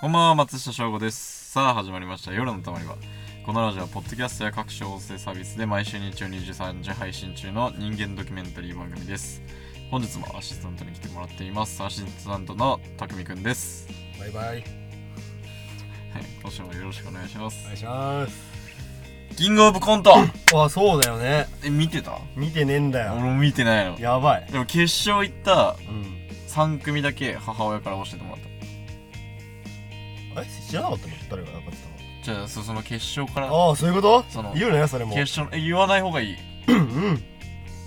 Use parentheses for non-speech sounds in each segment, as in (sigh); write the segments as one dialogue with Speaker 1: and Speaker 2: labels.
Speaker 1: こんばんは、松下翔吾です。さあ、始まりました。夜のたまり場。このラジオは、ポッドキャストや各種音声サービスで毎週日曜23時配信中の人間ドキュメンタリー番組です。本日もアシスタントに来てもらっています。アシスタントのたくみくんです。
Speaker 2: バイバイ。
Speaker 1: はい、今週もよろしくお願いしま
Speaker 2: お
Speaker 1: す。
Speaker 2: 願いします。
Speaker 1: キングオブコント
Speaker 2: あ、そうだよね。
Speaker 1: え、見てた
Speaker 2: 見てねえんだ
Speaker 1: 俺
Speaker 2: よ。
Speaker 1: も見てないの。
Speaker 2: やばい。
Speaker 1: でも決勝行った
Speaker 2: うん。
Speaker 1: 3組だけ母親から教えてもらった。
Speaker 2: あれ知らなかったの誰がなかったの
Speaker 1: じゃあ、そその決勝から、
Speaker 2: ああ、そういうこと
Speaker 1: その
Speaker 2: 言うね、それも。
Speaker 1: 決勝の、え、言わない方がいい。
Speaker 2: うんうん。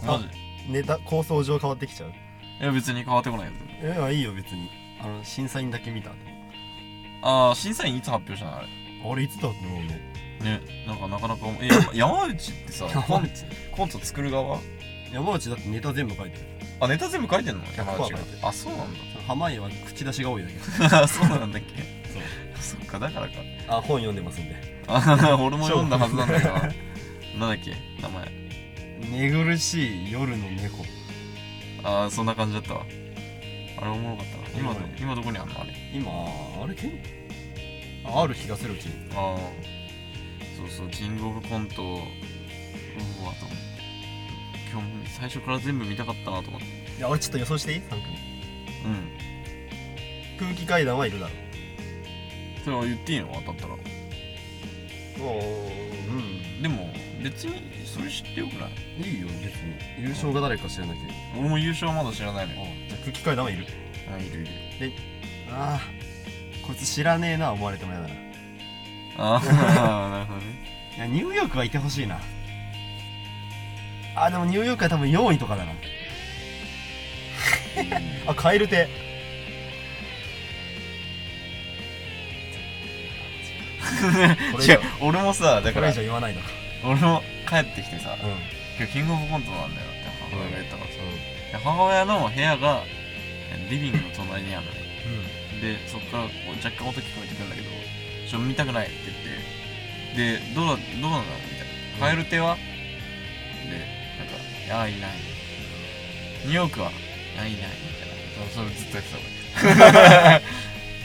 Speaker 1: マジ。
Speaker 2: ネタ、構想上変わってきちゃう。
Speaker 1: いや、別に変わってこないよ。全然
Speaker 2: え、まあいいよ、別に。あの、審査員だけ見た。
Speaker 1: ああ審査員いつ発表したのあれ
Speaker 2: 俺、いつだったのね。
Speaker 1: ねなんかなかなかえ (coughs) 山山内ってさコンコント作る側
Speaker 2: 山内だってネタ全部書いてる。
Speaker 1: あネタ全部書いてんの山内
Speaker 2: 100%
Speaker 1: が
Speaker 2: 書いて
Speaker 1: あそうなん
Speaker 2: 濱家は口出しが多いだけ。
Speaker 1: (laughs) だそうなんだっけそっかだからか
Speaker 2: (laughs) あ、本読んでますんで。
Speaker 1: あ (laughs) 俺も読んだはずなんだけどなんだっけ名前
Speaker 2: 寝苦しい夜の猫。
Speaker 1: ああそんな感じだったわあれおもろかったな今ど
Speaker 2: おもろい
Speaker 1: 今どこにあんのあれ
Speaker 2: 今、あれけんあある気がするうちに。
Speaker 1: ああそうそうキングオブコントうわと思って今日も最初から全部見たかったなと思って
Speaker 2: いや、俺ちょっと予想していい ?3 組。
Speaker 1: うん
Speaker 2: 空気階段はいるだろう。
Speaker 1: それは言っていいの当たったら
Speaker 2: う
Speaker 1: でも別にそれ知ってよくない
Speaker 2: んいいよ別に優勝が誰か知らなきゃ
Speaker 1: 俺も優勝はまだ知らないのよ
Speaker 2: じゃあ空気階段はいる
Speaker 1: あいるいる
Speaker 2: ああこいつ知らねえな思われても嫌だない
Speaker 1: (laughs) ああなるほどね
Speaker 2: やニューヨークはいてほしいなあーでもニューヨークは多分4位とかだなあカエル亭これ
Speaker 1: 違
Speaker 2: 以
Speaker 1: う俺もさだ
Speaker 2: 上こ
Speaker 1: か
Speaker 2: れ
Speaker 1: ら
Speaker 2: 以上言わないのか
Speaker 1: 俺も帰ってきてさ
Speaker 2: うんうん
Speaker 1: 今日キングオブコントなんだよって母親が言ったからさ、で母親の部屋がリビングの隣にあるのねでそっからこう若干音聞こえてくるんだけど「ちょ見たくない」って言ってで「どうだどうなの?」みたいな「カエル手は?」でなんか「いやいない」「ニューヨークは?」「いやいない」みたいなそそれずっとやってた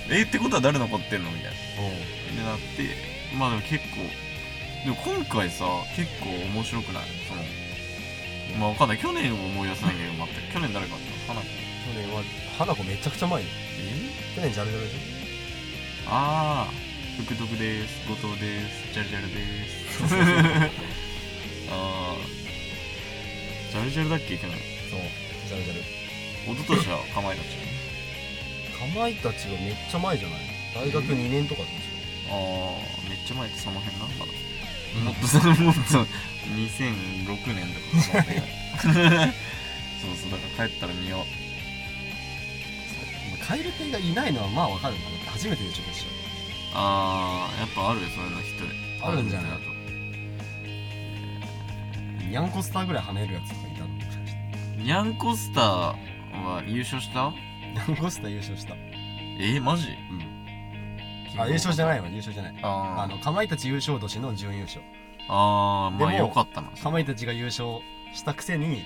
Speaker 1: 俺 (laughs) えってことは誰残ってんのみたいなでなってまあでも結構でも今回さ結構面白くないそのまあわかんない去年を思い出さなきゃいけない去年誰かあったのかな
Speaker 2: 去年は花子めちゃくちゃ前に
Speaker 1: え
Speaker 2: 去年ジャルジャルでし
Speaker 1: ああ、福徳です、後藤です、ジャルジャルです。ああ、ジャルジャルだっけいけない。
Speaker 2: ょそうジャルジャル
Speaker 1: おととしはかまいたち。
Speaker 2: かまいたちがめっちゃ前じゃない大学2年とかでし
Speaker 1: ああ、めっちゃ前ってその辺なんだろ
Speaker 2: ょ
Speaker 1: もっとそのもっ (laughs) と2006年とかかもね。そうそう、だから帰ったら見よう。
Speaker 2: カエル亭がいないのはまあわかるんだな初めてでしょ決
Speaker 1: ああ、やっぱあるよ、そういうの一人。
Speaker 2: あるんじゃない
Speaker 1: と。
Speaker 2: 勝ニャンコスターぐらい跳ねるやつとかいたのもしかして
Speaker 1: ニャンコスターは優勝した
Speaker 2: ニャンコスター優勝した
Speaker 1: えー、マジ
Speaker 2: うんあ優勝じゃないわ優勝じゃない
Speaker 1: あー
Speaker 2: あのかまいたち優勝年の準優勝
Speaker 1: あーまあ
Speaker 2: でも
Speaker 1: よかったな
Speaker 2: かまいたちが優勝したくせに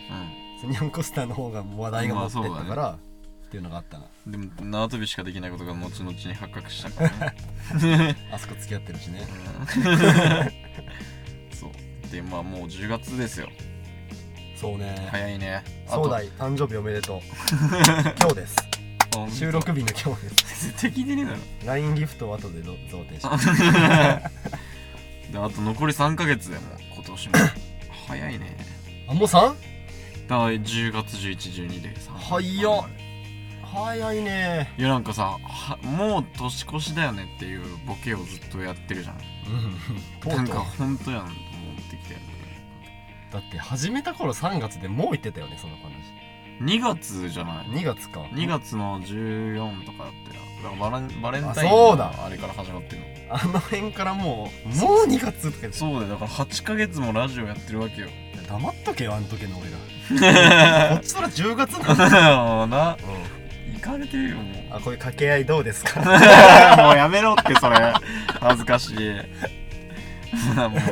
Speaker 1: う
Speaker 2: ニャンコスターの方が話題が持ってっ
Speaker 1: まあ
Speaker 2: た
Speaker 1: そう
Speaker 2: か
Speaker 1: だ
Speaker 2: らっていうのがあったなん
Speaker 1: でも縄跳びしかできないことが後々に発覚したから (laughs) ね
Speaker 2: あそこ付き合ってるしね
Speaker 1: うんそうでまあもう10月ですよ
Speaker 2: そうね
Speaker 1: 早いねあ
Speaker 2: 壮
Speaker 1: と
Speaker 2: 大誕生日おめで (laughs) とう今日です
Speaker 1: あ
Speaker 2: 収録日の今日です
Speaker 1: 絶対聞いてねえだろ
Speaker 2: LINE ギフトを後でど贈呈します
Speaker 1: であと残り3ヶ月でもう今年
Speaker 2: (coughs)
Speaker 1: も早いね
Speaker 2: あもう 3?
Speaker 1: だから10月1112でさ
Speaker 2: 早っ早いね
Speaker 1: いやなんかさはもう年越しだよねっていうボケをずっとやってるじゃん
Speaker 2: うん
Speaker 1: なん
Speaker 2: とう
Speaker 1: か本当やんと思ってきたよね
Speaker 2: だって始めた頃3月でもう言ってたよねその話
Speaker 1: 2月じゃない
Speaker 2: 2月か
Speaker 1: 2月の14とかだったよだからバランバレンタイン
Speaker 2: あそう
Speaker 1: の
Speaker 2: だ
Speaker 1: あれから始まってるの
Speaker 2: あの辺からもうもう2月とか言って
Speaker 1: そうだよだから8ヶ月もラジオやってるわ (laughs) けよ
Speaker 2: 黙っとけよあん時の俺 (laughs) らこ
Speaker 1: な
Speaker 2: っちとら10月なんだ、
Speaker 1: いかれてるよ (laughs) もうも
Speaker 2: あこういう掛け合いどうですか
Speaker 1: うやめろってそれ恥ずかしい (laughs) も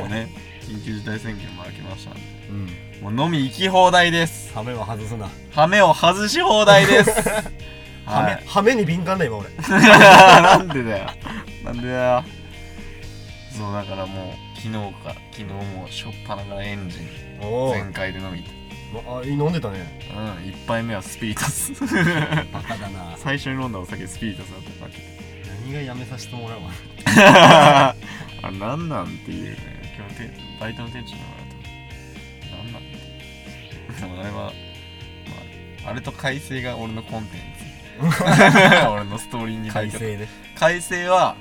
Speaker 1: うね緊急事態宣言も明けましたんで
Speaker 2: うん
Speaker 1: もう飲み行き放題です
Speaker 2: サメは外すな
Speaker 1: (laughs) ハメを外し放題です
Speaker 2: ハ
Speaker 1: は
Speaker 2: メ、
Speaker 1: い
Speaker 2: ハメに敏感だ今俺
Speaker 1: (laughs) なんでだよなんでだよそうだからもう昨日か昨日もしょっぱなからエンジン
Speaker 2: おお、
Speaker 1: 全開で飲み
Speaker 2: まあ、飲んでたね
Speaker 1: うん1杯目はスピリタス (laughs)
Speaker 2: バカだな
Speaker 1: 最初に飲んだお酒スピリタスだったわけ
Speaker 2: 何がやめさせてもらうわ
Speaker 1: あれなんなんっていうね今日てバイトの店長に言われたなんなんってでもあれは、まあ、あれと改正が俺のコンテンツ俺のストーリーに入
Speaker 2: 改
Speaker 1: って
Speaker 2: 正で
Speaker 1: 改正は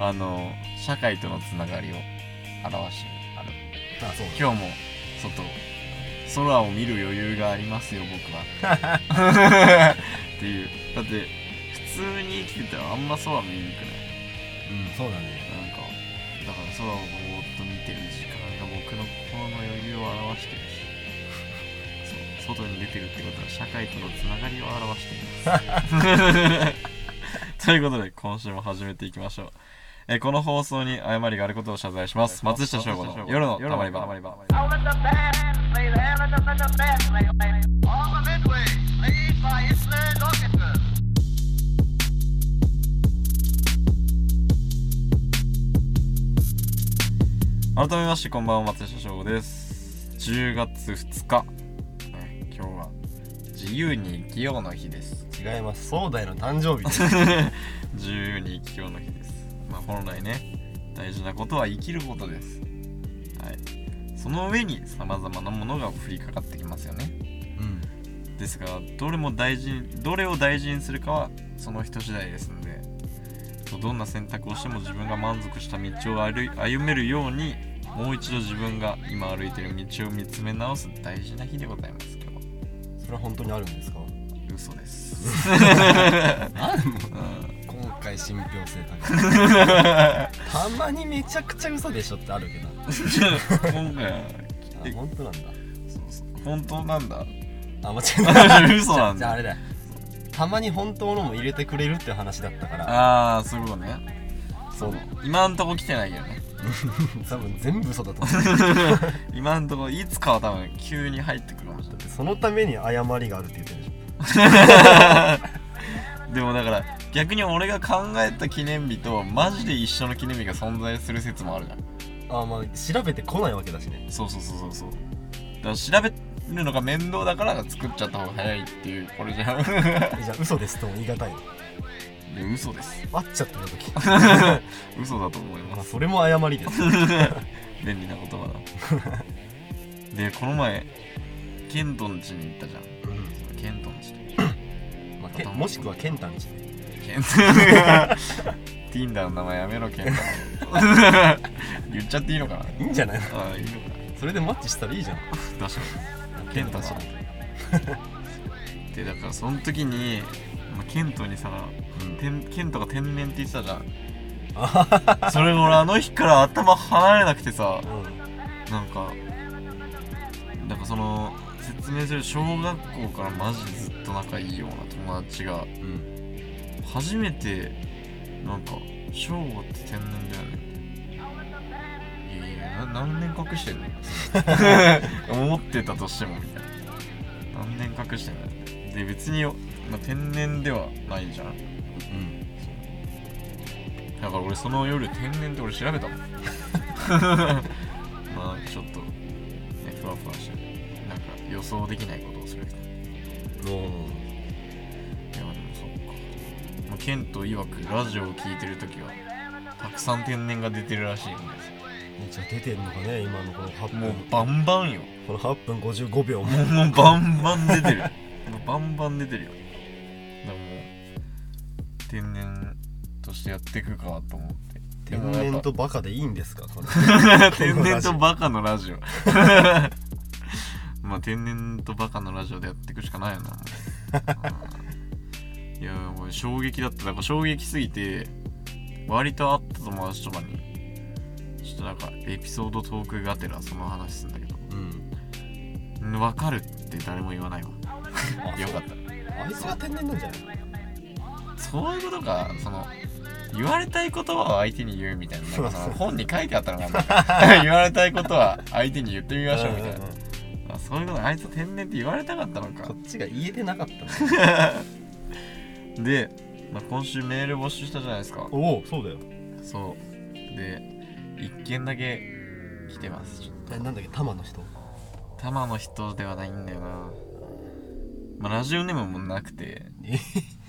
Speaker 1: あの社会とのつながりを表してあの
Speaker 2: あそう
Speaker 1: 今日も外空を見る余裕がありますよ僕 (laughs) はっていうだって普通に生きてたらあんま空見えにくない
Speaker 2: うんそうだね
Speaker 1: なんか、だから空をぼーっと見てる時間が僕の心の余裕を表してる (laughs) し、そう外に出てるってことは社会とのつながりを表してい (laughs) ます。ということで、今週も始めていきましょう。えーこの放送に誤りがあることを謝罪します。松下翔吾の夜のたまり場。
Speaker 3: Now let the band play there, let the, let the band play, play. All the midway, played by Island Orchestra.
Speaker 1: 改めまして、こんばんは、松下翔吾です。10月2日、ね今日は自由に生きようの日です。
Speaker 2: 違います壮大の誕生日
Speaker 1: (laughs) 自由に生きようの日です。まあ、本来ね、大事なことは生きることです。はい。その上に様々なものが降りかかってきますよね。
Speaker 2: うん
Speaker 1: ですが、どれも大事に、どれを大事にするかはその人次第ですので、どんな選択をしても自分が満足した道を歩い歩めるように、もう一度自分が今歩いている道を見つめ直す大事な日でございます。今日は
Speaker 2: それは本当にあるんですか
Speaker 1: 嘘です。 (laughs)
Speaker 2: (laughs) あるの
Speaker 1: うん
Speaker 2: 今回信憑性高いたまにめちゃくちゃ嘘でしょってあるけど
Speaker 1: 今回は
Speaker 2: あ本当なん (laughs) だ
Speaker 1: そうそう本当なんだ
Speaker 2: あ間違えた
Speaker 1: 嘘なんだ
Speaker 2: じゃああれだたまに本当のも入れてくれるって話だったから
Speaker 1: ああそういうことね
Speaker 2: そう
Speaker 1: 今んとこ来てないよね
Speaker 2: 多分全部嘘だと思うだ
Speaker 1: 今んとこいつかは多分急に入ってくるかもしれ
Speaker 2: ってそのために誤りがあるって言ってるでし
Speaker 1: (laughs) ないでもだから逆に俺が考えた記念日とマジで一緒の記念日が存在する説もあるじゃん
Speaker 2: ょあまあ調べてこないわけだしね
Speaker 1: そうそうそうそうそうだから調べるのが面倒だから作っちゃった方が早いっていうこれじ (laughs) ゃんい
Speaker 2: じゃあ嘘ですとも言い難い
Speaker 1: や嘘です
Speaker 2: 会っちゃってる時
Speaker 1: (laughs) 嘘だと思います (laughs)
Speaker 2: まあそれも誤りです
Speaker 1: 便利な言 (laughs) 葉だでこの前ケントの家に行ったじゃん
Speaker 2: う
Speaker 1: ケントの家って
Speaker 2: んまあけもしくはケンタンチね
Speaker 1: ケンタ Tinder の名前やめろケンタ言っちゃっていいのかない
Speaker 2: いんじゃないの
Speaker 1: あいいのか
Speaker 2: それでマッチしたらいいじゃん
Speaker 1: な確かにケント
Speaker 2: じ
Speaker 1: さ
Speaker 2: ゃ
Speaker 1: んでだからその時に、まあ、ケントにさ、てん、ケントが天然って言ってたじゃんそれが俺あの日から頭離れなくてさ
Speaker 2: うん
Speaker 1: なんかなんかその説明する小学校からマジでずっと仲いいような友達が
Speaker 2: うん
Speaker 1: 初めてなんか「翔吾って天然だよね」いやいやな何年隠してんの思ってたとしてもみたいな何年隠してんので別によ、まあ天然ではないじゃん
Speaker 2: うん
Speaker 1: だから俺その夜天然って俺調べたもん (laughs) まあちょっと、ね、ふわふわしてなんか予想できないことをする人い
Speaker 2: お
Speaker 1: やでもそっか、まあ、ケント曰くラジオを聞いてるときはたくさん天然が出てるらしいんで
Speaker 2: ーじゃあ出てんのかね今のこの8
Speaker 1: す
Speaker 2: 分
Speaker 1: もうバンバンよ
Speaker 2: この8分55秒も
Speaker 1: もうもうバンバン出 (laughs) てるもうバンバン出てるよでも天然としてやっていくかと思って
Speaker 2: 天
Speaker 1: でもや
Speaker 2: 然
Speaker 1: っぱ
Speaker 2: とバカでいいんですかこれ
Speaker 1: (laughs) 天然とバカのラジオ (laughs) まあ天然とバカのラジオでやっていくしかないよなもううんいやもう衝撃だっただから衝撃すぎて割とあった友達とかにちょっとなんかエピソードトークがてらその話すんだけど
Speaker 2: うん
Speaker 1: うんわかるって誰も言わないわよかった
Speaker 2: あいつが天然なんじゃない
Speaker 1: そういうことか、その、言われたい言葉は相手に言うみたいな、なんかその本に書いてあったのかな。言われたいことは相手に言ってみましょうみたい
Speaker 2: うんうんうん
Speaker 1: な。あそういうこと、あいつ天然って言われたかったのか
Speaker 2: こ。っちが言えてなかったの
Speaker 1: で、まあ、今週メール募集したじゃないですか
Speaker 2: おおそうだよ
Speaker 1: そうで一件だけ来てますちょっ
Speaker 2: えなんだっけ玉の人
Speaker 1: と多摩の人ではないんだよな、まあ、ラジオネームもなくて
Speaker 2: え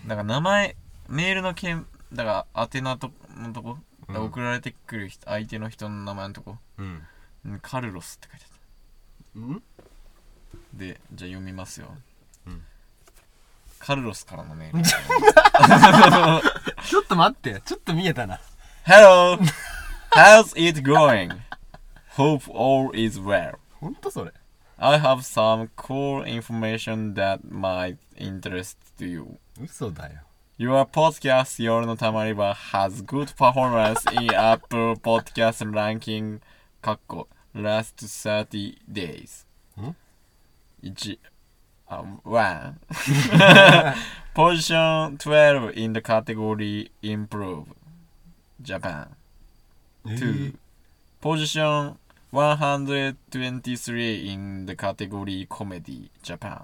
Speaker 1: なんか名前メールの件だから宛名とのとこ、だから
Speaker 2: うん
Speaker 1: 送られてくる人相手の人の名前のとこ
Speaker 2: うん
Speaker 1: うんカルロスって書いてあっ
Speaker 2: うん
Speaker 1: たでじゃあ読みますよ、
Speaker 2: うん
Speaker 1: カルロスからのメール
Speaker 2: ちょっと待ってちょっと見えたな
Speaker 1: Hello! How's it going? Hope all is well.
Speaker 2: ほんとそれ
Speaker 1: I have some cool information that might interest you.
Speaker 2: 嘘だよ
Speaker 1: Your podcast, Your no Tamariba, has good performance in Apple Podcast ranking かっこ last 30 days.
Speaker 2: ん
Speaker 1: 1あ、1 Position 12 in the category Improve Japan.
Speaker 2: えー
Speaker 1: Two. Position 123 in the category Comedy Japan.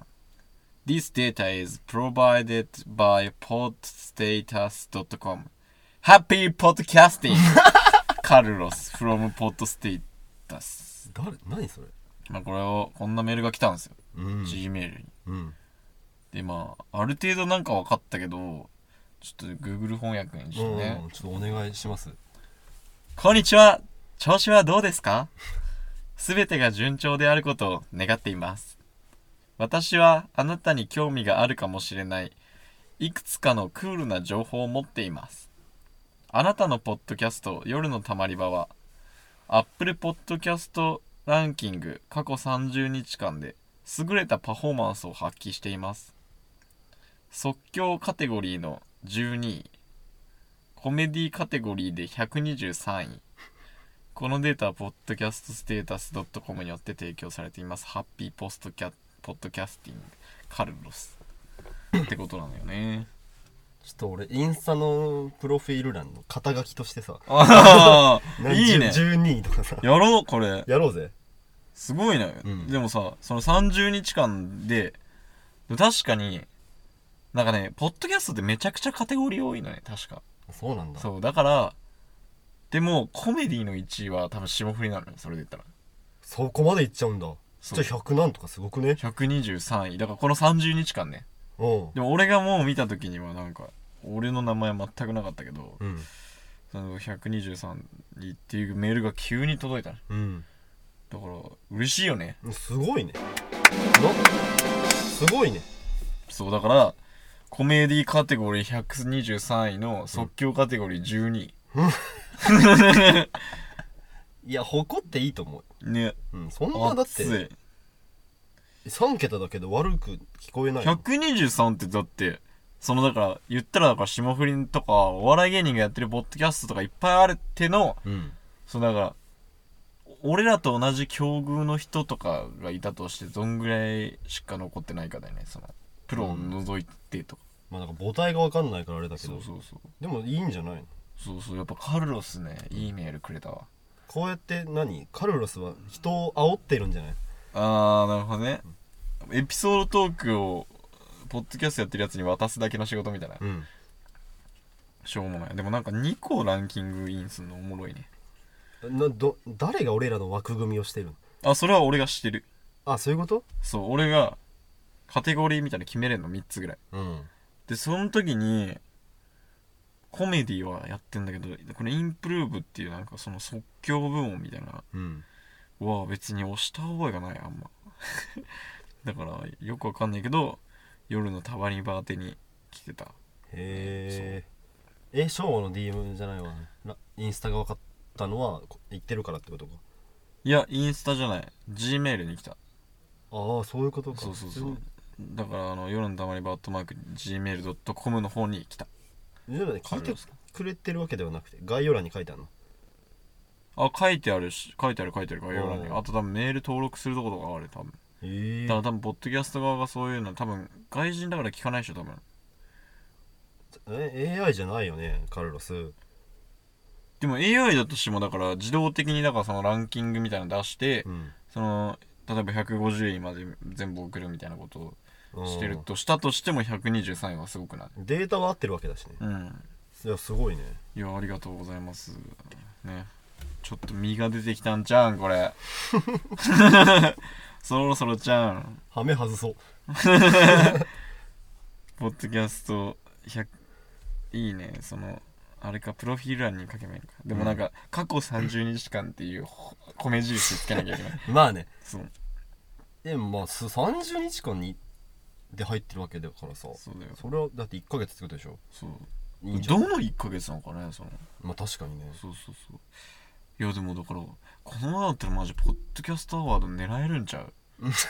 Speaker 1: This data is provided by podstatus.com. Happy
Speaker 2: (laughs)
Speaker 1: podcasting! Carlos from podstatus.
Speaker 2: 誰何それ
Speaker 1: まあこれを、こんなメールが来たんですよ。
Speaker 2: うん、
Speaker 1: G メールに。
Speaker 2: うん、
Speaker 1: でまあ、ある程度なんか分かったけど、ちょっと Google 翻訳にしてね。
Speaker 2: うんちょっとお願いします
Speaker 1: こんにちは調子はどうですかすべてが順調であることを願っています。私はあなたに興味があるかもしれない、いくつかのクールな情報を持っています。あなたのポッドキャスト夜のたまり場は、Apple Podcast ランキング過去30日間で優れたパフォーマンスを発揮しています。即興カテゴリーの12位、コメディカテゴリーで123位。このデータは、ポッドキャストステータス .com によって提供されています。ハッピーポストキャポッドキャスティング、カルロス。ってことなんだよ
Speaker 2: (laughs)
Speaker 1: ね。
Speaker 2: ちょっと俺インスタのプロフィール欄の肩書きとしてさ
Speaker 1: ああ、いいね。
Speaker 2: 12位とかさ
Speaker 1: やろう、これ。
Speaker 2: やろうぜ
Speaker 1: すごいね、
Speaker 2: うん
Speaker 1: でもさ、その30日間で、確かに、なんかね、ポッドキャストってめちゃくちゃカテゴリー多いのね、確か。
Speaker 2: そうなんだ
Speaker 1: そう、だから、でも、コメディの1位は多分霜降りなのよ、それで言ったら。
Speaker 2: そこまでいっちゃうんだ
Speaker 1: そう
Speaker 2: じゃあ100なんとかすごくね
Speaker 1: 123位だからこの30日間ね
Speaker 2: うん
Speaker 1: でも俺がもう見た時にはなんか俺の名前全くなかったけど、
Speaker 2: うん
Speaker 1: その123位っていうメールが急に届いたの
Speaker 2: うん
Speaker 1: だから嬉しいよね
Speaker 2: すごいねなすごいね
Speaker 1: そうだからコメディカテゴリー123位の即興カテゴリー12位、
Speaker 2: いや誇っていいと思
Speaker 1: ね
Speaker 2: ううんそんなだっ
Speaker 1: 熱
Speaker 2: て
Speaker 1: い
Speaker 2: 3桁だけど悪く聞こえないよ
Speaker 1: 123ってだってそのだから言ったらだから霜降りとかお笑い芸人がやってるポッドキャストとかいっぱいあるっての、
Speaker 2: うん
Speaker 1: そうだからお俺らと同じ境遇の人とかがいたとしてどんぐらいしか残ってないかだよねそのプロを除いてとか、
Speaker 2: まあなんか母体がわかんないからあれだけ
Speaker 1: そ
Speaker 2: ど
Speaker 1: うそうそう
Speaker 2: でもいいんじゃないの
Speaker 1: そうそうやっぱカルロスねいいメールくれたわ
Speaker 2: こうやって何カルロスは人を煽ってるんじゃない
Speaker 1: あーなるほどねエピソードトークをポッドキャストやってるやつに渡すだけの仕事みたいな、
Speaker 2: うん
Speaker 1: しょうもないでもなんか2個ランキングインすんのおもろいね
Speaker 2: など誰が俺らの枠組みをしてるの
Speaker 1: あそれは俺がしてる
Speaker 2: あそういうこと
Speaker 1: そう俺がカテゴリーみたいなの決めれんの3つぐらい
Speaker 2: うん
Speaker 1: でその時にコメディはやってんだけどこれインプルーブっていうなんかその即興部門みたいな
Speaker 2: うん
Speaker 1: は別に押した覚えがないあんま (laughs) だからよくわかんないけど夜のタバリバー宛てに来てた
Speaker 2: へええショーの DM じゃないわなインスタが分かったのはこ言ってるからってことか
Speaker 1: いやインスタじゃない G メールに来た
Speaker 2: ああそういうことか
Speaker 1: そうそうそうだからあの夜のたまりバートマーク Gmail.com の方に来た
Speaker 2: でもね聞いてくれてるわけではなくて概要欄に書いてあるの
Speaker 1: あ書いてあるし書いてある書いてある概要欄に
Speaker 2: おー
Speaker 1: あと多分メール登録するとことかある多分
Speaker 2: へ
Speaker 1: だから多分ポッドキャスト側がそういうの多分外人だから聞かないでしょ多分
Speaker 2: え AI じゃないよねカルロス
Speaker 1: でも AI だとしてもだから自動的にだからそのランキングみたいなの出して、
Speaker 2: うん
Speaker 1: その例えば150位まで全部送るみたいなことをしてるとしたとしても123位はすごくない
Speaker 2: データは合ってるわけだしね
Speaker 1: うん
Speaker 2: いやすごいね
Speaker 1: いやありがとうございますねちょっと身が出てきたんちゃうんこれ (laughs) そろそろちゃうん
Speaker 2: ハメ外そう (laughs)
Speaker 1: ポッドキャスト100いいねそのあれかプロフィール欄に書けばいいのかでもなんか、過去30日間っていうほ米印つけなきゃいけ
Speaker 2: (laughs)
Speaker 1: ない
Speaker 2: まあね
Speaker 1: そう
Speaker 2: でもまあす30日間にで入ってるわけだからさ
Speaker 1: そうだよ
Speaker 2: それはだって1ヶ月ってことでしょ
Speaker 1: そう
Speaker 2: いいんじ
Speaker 1: ど
Speaker 2: ゃん
Speaker 1: の1ヶ月なのかねその
Speaker 2: まあ確かにね (laughs)
Speaker 1: そうそうそういやでもだからこのままだったらマジポッドキャストアワード狙えるんちゃう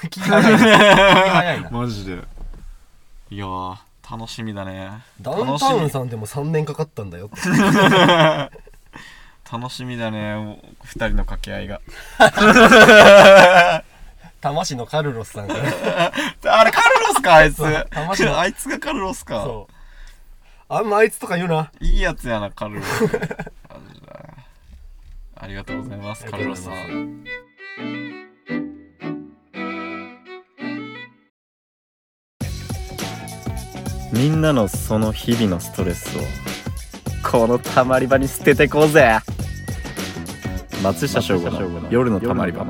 Speaker 2: 気が早いな気が早いな
Speaker 1: マジでいやー楽しみだね
Speaker 2: ダウンタウン
Speaker 1: 楽し
Speaker 2: さんでも3年かかったんだよって
Speaker 1: み楽しみだねもう二人の掛け合いが
Speaker 2: 魂のカルロスさんから
Speaker 1: あれカルロスかあいつ
Speaker 2: そう魂
Speaker 1: (laughs)
Speaker 2: の
Speaker 1: あいつがカルロスか
Speaker 2: そうあんまあいつとか言うない
Speaker 1: いやつやな、カルロス。マジだありがとうございます、カルロスさ
Speaker 2: ありがと
Speaker 1: ん。みんなのその日々のストレスをこのたまり場に捨ててこうぜ松下翔吾の夜のたまり場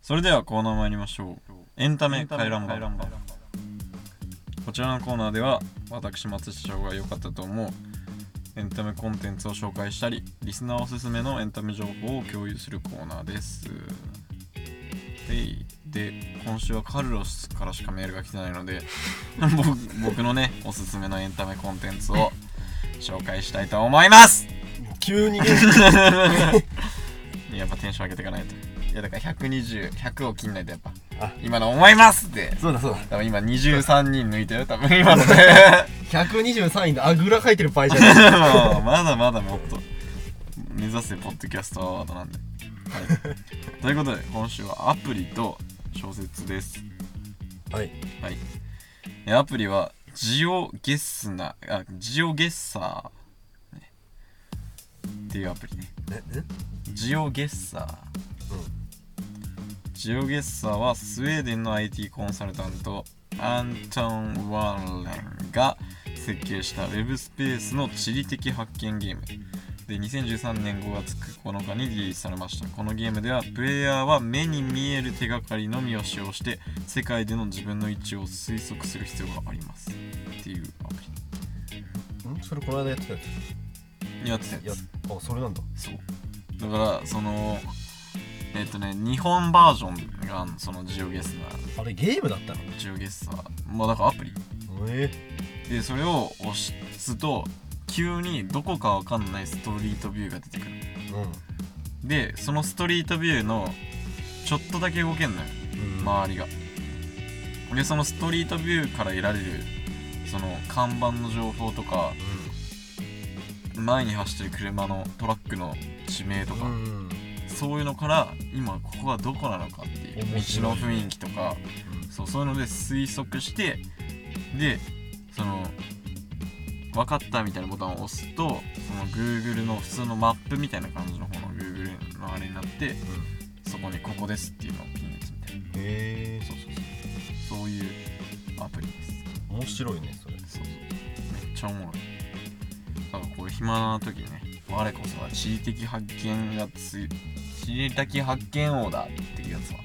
Speaker 1: それではコーナー参りましょうエンタメ回覧板こちらのコーナーでは私松下翔が良かったと思うエンタメコンテンツを紹介したりリスナーおすすめのエンタメ情報を共有するコーナーですでで今週はカルロスからしかメールが来てないので (laughs) 僕僕のねおすすめのエンタメコンテンツを紹介したいと思います
Speaker 2: 急に (laughs)
Speaker 1: やっぱテンション上げていかないといやだから120100を切んないとやっぱ
Speaker 2: あ
Speaker 1: 今の思いますって
Speaker 2: そうだそうだ
Speaker 1: 多分今23人抜いてる多 (laughs) 分今のね
Speaker 2: 123位であぐらかいてる場合じゃない
Speaker 1: もうまだまだもっと目指せポッドキャストアワードなんで、はい、ということで今週はアプリと小説です
Speaker 2: はい
Speaker 1: はいえアプリはジオゲッスナあジオゲッサー、ねっていうアプリね
Speaker 2: え
Speaker 1: ジオゲッサー、ジオゲッサーはスウェーデンの IT コンサルタントアントン・ワーレンが設計したウェブスペースの地理的発見ゲームで2013年5月9日にリリースされましたこのゲームではプレイヤーは目に見える手がかりのみを使用して世界での自分の位置を推測する必要がありますっていうアプ
Speaker 2: んそれこの間やってたや
Speaker 1: リやってた
Speaker 2: つ
Speaker 1: や
Speaker 2: や
Speaker 1: つ
Speaker 2: あそれなんだ
Speaker 1: そうだからそのえっ、とね日本バージョンがそのジオゲッサー
Speaker 2: あれゲームだったの
Speaker 1: ジオゲッサーまあだからアプリ
Speaker 2: え
Speaker 1: でそれを押すと急にどこかわかんないストリートビューが出てくる
Speaker 2: え
Speaker 1: でそのストリートビューのちょっとだけ動けんのよ
Speaker 2: うん、うん、
Speaker 1: 周りがでそのストリートビューから得られるその看板の情報とか前に走ってる車のトラックの地名と
Speaker 2: う
Speaker 1: か、
Speaker 2: んうん
Speaker 1: そういうのから今ここはどこなのかっていう
Speaker 2: 面
Speaker 1: 道
Speaker 2: 白
Speaker 1: の
Speaker 2: い
Speaker 1: 雰囲気とかそうそういうので推測してでその分かったみたいなボタンを押すとその Google の普通のマップみたいな感じの方の Google のあれになってそこにここですっていうのをピン打つみたいな
Speaker 2: へえ
Speaker 1: そうそうそうそういうアプリです
Speaker 2: 面白いねそれ
Speaker 1: そうそうめっちゃおもろいだからこういう暇な時にね我こそは地理的発見がつい地理的発見王だっていうやつは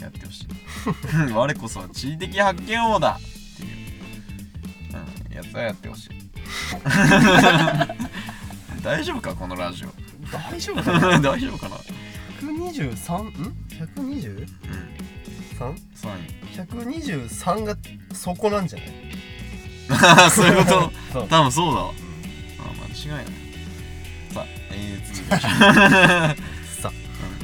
Speaker 1: やってほしい我こそは地理的発見王だっていう、うん、やつはやってほしい大丈夫かこのラジオ
Speaker 2: 大丈夫かな
Speaker 1: 大丈夫かな
Speaker 2: 123ん 123?
Speaker 1: うん3位
Speaker 2: 123がそこなんじゃない
Speaker 1: ああそういうこと
Speaker 2: (laughs) そう
Speaker 1: 多分そうだわ、ああ間違いないさあえー、次行きましょう
Speaker 2: さ
Speaker 1: あの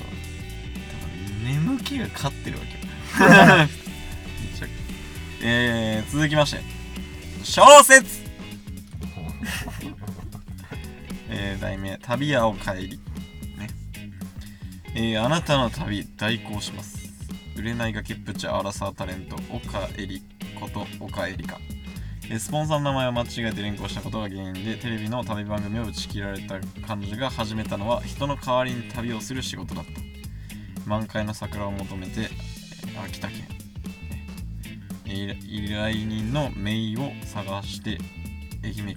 Speaker 1: 多分眠気が勝ってるわけよめちゃくえー、続きまして小説えー、題名「旅屋を帰り」ねえー、あなたの旅代行します売れない崖っぷちアラサータレント岡えりこと岡えりかえースポンサーの名前を間違えて連行したことが原因でテレビの旅番組を打ち切られた彼女が始めたのは人の代わりに旅をする仕事だった満開の桜を求めて秋田県ね依依頼人の名医を探して愛媛県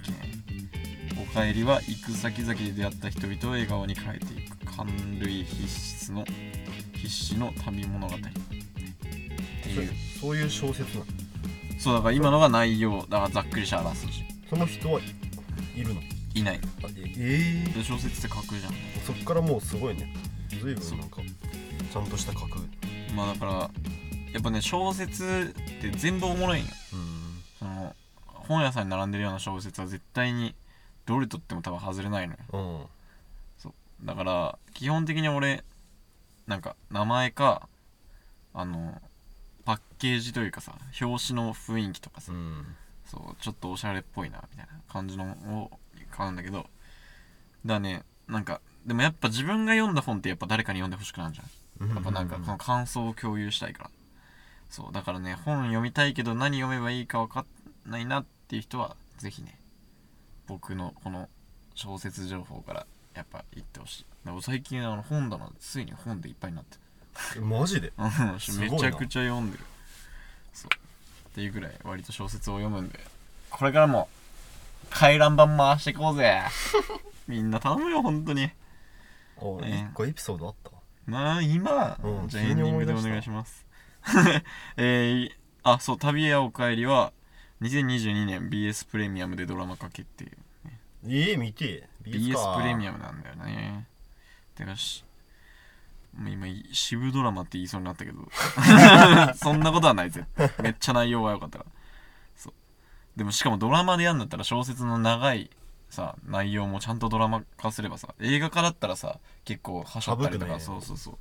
Speaker 1: お帰りは行く先々で出会った人々を笑顔に変えていく感類必死の必死の旅物語ねって
Speaker 2: そ
Speaker 1: いうう
Speaker 2: そういう小説なの
Speaker 1: そうだから今のが内容だからざっくりしたあらすじ
Speaker 2: その人はいるの
Speaker 1: いない
Speaker 2: あええ
Speaker 1: で小説って架空じゃん
Speaker 2: そっからもうすごいね随
Speaker 1: そ
Speaker 2: 分
Speaker 1: う
Speaker 2: なんかちゃんとした架空
Speaker 1: まあだからやっぱね小説って全部おもろいんよ
Speaker 2: うん
Speaker 1: その本屋さんに並んでるような小説は絶対にどれとっても多分外れないのよ
Speaker 2: うん
Speaker 1: だから基本的に俺なんか名前かあのパッケージというかさ表紙の雰囲気とかさ、
Speaker 2: うん
Speaker 1: そうちょっとおしゃれっぽいなみたいな感じのを買うんだけどだねなんかでもやっぱ自分が読んだ本ってやっぱ誰かに読んでほしくなるじゃんやっぱなんかこの感想を共有したいから。そう、だからね、本読みたいけど何読めばいいか分かんないなっていう人は、ぜひね、僕のこの小説情報からやっぱ言ってほしい。だから最近あの本棚、ついに本でいっぱいになってる。 (laughs)
Speaker 2: えマジで
Speaker 1: うん
Speaker 2: すごい
Speaker 1: め
Speaker 2: な
Speaker 1: ちゃくちゃ読んでる。そう。っていうぐらい割と小説を読むんで、これからも回覧板回していこう
Speaker 2: (laughs)
Speaker 1: ぜ。みんな頼むよ、本当に。
Speaker 2: あ俺
Speaker 1: ね
Speaker 2: 一個エピソードあった
Speaker 1: まあ今、
Speaker 2: うん
Speaker 1: じゃあエ
Speaker 2: 急
Speaker 1: ンディン
Speaker 2: に思
Speaker 1: グ
Speaker 2: い
Speaker 1: で
Speaker 2: 出
Speaker 1: お
Speaker 2: した
Speaker 1: 願いします (laughs) えーいあそう「旅へお帰り」は2022年 BS プレミアムでドラマ化決定
Speaker 2: ええ見て
Speaker 1: BS プレミ
Speaker 2: ア
Speaker 1: アムなんだよねてかしもう今渋ドラマって言いそうになったけど (laughs) そんなことはないぜ (laughs) めっちゃ内容が良かったからそうでもしかもドラマでやんだったら小説の長いさ内容もちゃんとドラマ化すればさ映画化だったらさ結構はしょったりとか、
Speaker 2: 省くね
Speaker 1: そうそうそう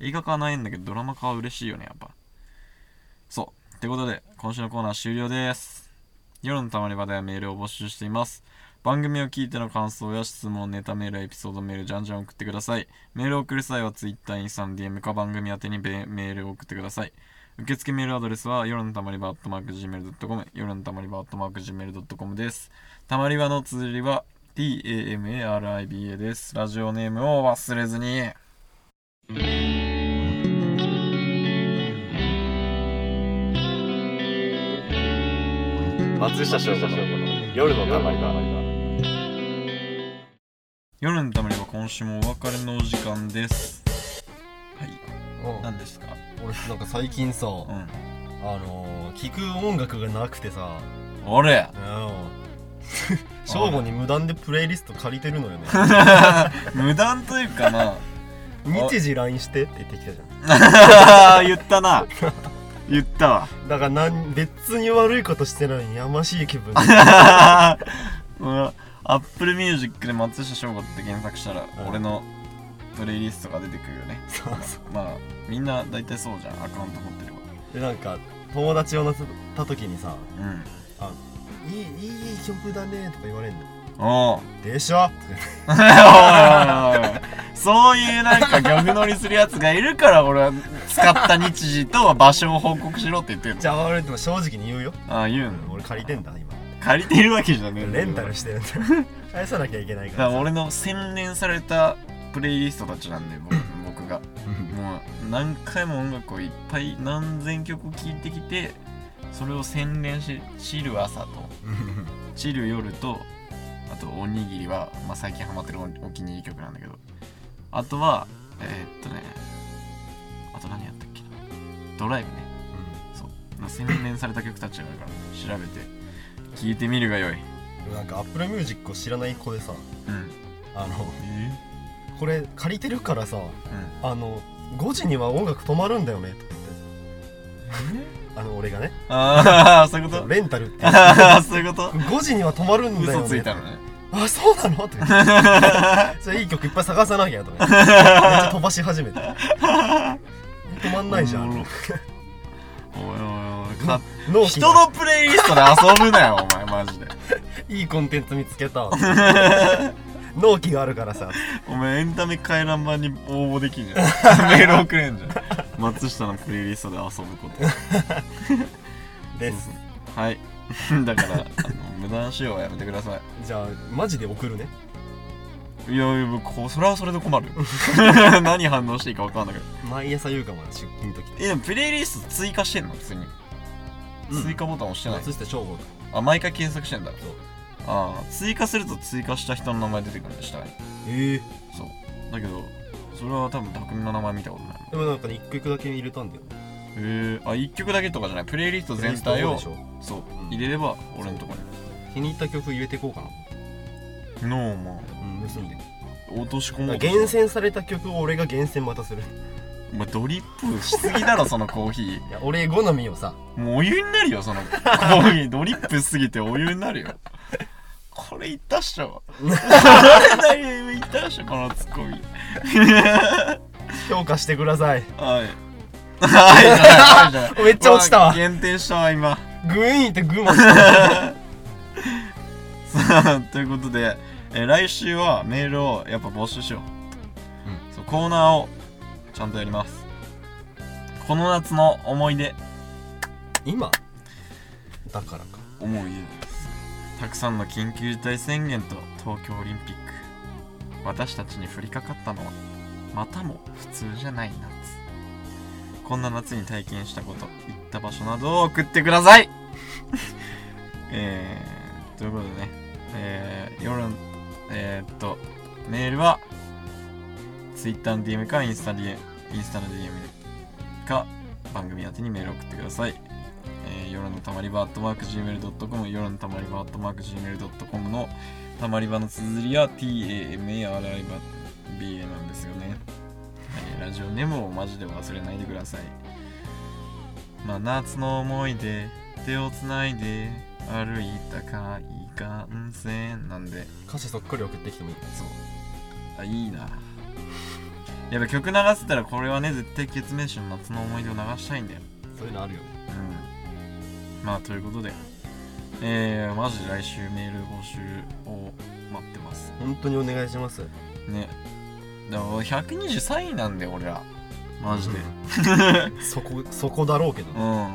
Speaker 1: 映画化はないんだけどドラマ化は嬉しいよねやっぱそうってことで今週のコーナー終了です夜のたまり場ではメールを募集しています番組を聞いての感想や質問ネタメールエピソードメールじゃんじゃん送ってくださいメールを送る際は Twitter インスタの DM か番組宛てにべメールを送ってください受付メールアドレスは夜のたまり場 atmarkgmail.com 夜のたまり場 atmarkgmail.com ですたまり場の綴りは tamariba ですラジオネームを忘れずに
Speaker 2: ム松下翔吾の夜のたまり場
Speaker 1: 夜のたまり場今週もお別れのお時間ですはい何ですか
Speaker 2: 俺なんか最近さ
Speaker 1: う
Speaker 2: あ
Speaker 1: ん
Speaker 2: のー聴く音楽がなくてさ
Speaker 1: あれ
Speaker 2: 正午に無断でプレイリスト借りてるのよね
Speaker 1: 無断というかな
Speaker 2: 日時 LINE してって言ってきたじゃ
Speaker 1: (laughs)
Speaker 2: ん
Speaker 1: 言ったな言ったわ
Speaker 2: だからなん別に悪いことしてないのにやましい気分
Speaker 1: うん (laughs) アップルミュージックで松下翔吾って検索したら
Speaker 2: うん
Speaker 1: 俺のプレイリストが出てくるよね
Speaker 2: そうそ
Speaker 1: まあみんな大体そうじゃんアカウント持ってれば
Speaker 2: うでなんか友達を乗せた時にさ
Speaker 1: うん
Speaker 2: 「いいいい曲だね」とか言われんの
Speaker 1: おう
Speaker 2: でしょ
Speaker 1: おいおいおいおい (laughs) そういうなんか逆乗りするやつがいるから俺は使った日時と場所を報告しろって言ってる
Speaker 2: じゃあ俺でも正直に言うよ、
Speaker 1: ああ言う
Speaker 2: うん
Speaker 1: の
Speaker 2: 俺借りてんだ今
Speaker 1: 借りてるわけじゃねえんだ
Speaker 2: レ
Speaker 1: け
Speaker 2: ン
Speaker 1: ど
Speaker 2: タルしてるんだ返さなきゃいけないか
Speaker 1: だ
Speaker 2: ら
Speaker 1: から
Speaker 2: さ
Speaker 1: 俺の洗練されたプレイリストたちなんで僕僕がもう何回も音楽をいっぱい何千曲聴いてきてそれを洗練しチル朝とチル夜とあとおにぎりは、まあ、最近ハマってるおお気に入り曲なんだけどあとはえーっとねあと何やったっけなドライブねそう洗練された曲たちがあるから調べて聴いてみるがよい
Speaker 2: うんなんかアップルミュージックを知らない子でさ
Speaker 1: うん
Speaker 2: あの
Speaker 1: え
Speaker 2: これ借りてるからさ
Speaker 1: うん
Speaker 2: あの5時には音楽止まるんだよねとか言ってあの俺がね
Speaker 1: ああそういうこと
Speaker 2: レンタルって
Speaker 1: あ (laughs) あそういうこと
Speaker 2: 5時には止まるんだよ
Speaker 1: 嘘
Speaker 2: ね
Speaker 1: ついたのね
Speaker 2: あそうなのって
Speaker 1: (laughs)
Speaker 2: 言ってそれいい曲いっぱい探さなきゃとか言ってめっちゃ飛ばし始めて止まんないじゃ
Speaker 1: お
Speaker 2: ん
Speaker 1: もろおいおいおいか
Speaker 2: 脳筋
Speaker 1: 人のプレイリストで遊ぶなよお前マジで
Speaker 2: いいコンテンツ見つ
Speaker 1: (laughs)
Speaker 2: けた納期があるからさ
Speaker 1: お前エンタメ回覧板に応募で
Speaker 2: (laughs)
Speaker 1: きんじゃんメール送れんじゃん松下のプレイリストで遊ぶこと
Speaker 2: です
Speaker 1: はい (laughs) だからあの無断使用はやめてください
Speaker 2: じゃあマジで送るね
Speaker 1: いやいやもうこうそれはそれで困る (laughs) 何反応していいか分かんないけど
Speaker 2: 毎朝言うかもね出勤の時
Speaker 1: えでもプレイリスト追加してんの普通に、
Speaker 2: うん
Speaker 1: 追加ボタン押してない
Speaker 2: 松下翔吾
Speaker 1: あ毎回検索してんだ
Speaker 2: そう
Speaker 1: ああ追加すると追加した人の名前出てくるんでしたね
Speaker 2: ええ
Speaker 1: そうだけどそれは多分匠の名前見たことない
Speaker 2: でもなんかね一曲だけ入れたんだよ
Speaker 1: へえあ一曲だけとかじゃないプレイリスト全
Speaker 2: プレイ
Speaker 1: 体
Speaker 2: リ
Speaker 1: を
Speaker 2: ストの方で
Speaker 1: そう、
Speaker 2: うん
Speaker 1: 入れれば俺のとこ
Speaker 2: しょ気に入った曲入れていこうかな
Speaker 1: にノーマン
Speaker 2: うん盗んで
Speaker 1: 落とし込もうとする
Speaker 2: 厳選された曲を俺が厳選またする
Speaker 1: お前ドリップしすぎだろそのコーヒ
Speaker 2: いや俺好みをさ
Speaker 1: ーもうお湯になるよそのコーヒードリップしすぎてお湯になるよこれいったっしょだいぶいったっしょこのツッコミ
Speaker 2: 評価してくだ (laughs) さい
Speaker 1: はいはいじゃないはいじゃない
Speaker 2: めっちゃ落ちたわ
Speaker 1: う減点したわ今
Speaker 2: グイーンってグーも (laughs) した
Speaker 1: さあということで、えー来週はメールをやっぱ募集しよう,、そうコーナーをちゃんとやりますこの夏の思い出
Speaker 2: 今だからか
Speaker 1: 思い出ですたくさんの緊急事態宣言と東京オリンピック私たちに降りかかったのはまたも普通じゃない夏こんな夏に体験したこと行った場所などを送ってください (laughs) えー、ということでねえー、夜のえー、っとメールは Twitter の DM かインスタ DM インスタの DM か番組宛てにメールを送ってくださいえー、夜のたまり場 at mark gmail.com 夜のたまり場 at mark gmail.com のたまり場の綴りは TAMARI 場 BA なんですよね、えーラジオネームをマジで忘れないでください真夏の思い出手をつないで歩いた海岸線なんで
Speaker 2: 歌詞そっくり送ってきてもいい
Speaker 1: そうあいいなやっぱ曲流せたらこれはね絶対ケツメイシの夏の思い出を流したいんだよ
Speaker 2: そういうのあるよ
Speaker 1: うんまあということで、えー、マジで来週メール募集を待ってます
Speaker 2: 本当にお願いします
Speaker 1: ねでも123位なんで俺らマジで
Speaker 2: (laughs) そこそこだろうけど
Speaker 1: うん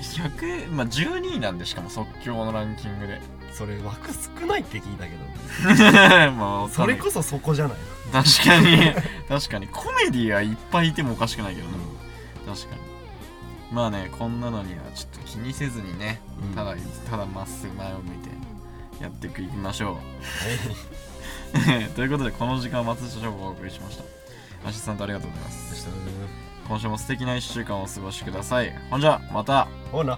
Speaker 1: 100まあ12位なんでしかも即興のランキング
Speaker 2: (laughs)
Speaker 1: で
Speaker 2: それ枠少ないって聞いたけど
Speaker 1: まあ
Speaker 2: それ
Speaker 1: こ
Speaker 2: こそそこじゃない
Speaker 1: 確かに確かにコメディはいっぱいいてもおかしくないけどね、確かにまあねこんなのにはちょっと気にせずにね、
Speaker 2: うん
Speaker 1: ただただまっすぐ前を向いてやっていきましょう
Speaker 2: はい
Speaker 1: (laughs) ということでこの時間は松下翔吾がお送りしましたアシスタントありがとうございます今週も素敵な1週間をお過ごしくださいほんじゃまた
Speaker 2: ほな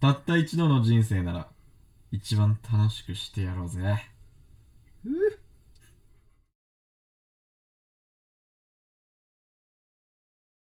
Speaker 1: たった一度の人生なら一番楽しくしてやろうぜ
Speaker 2: うふ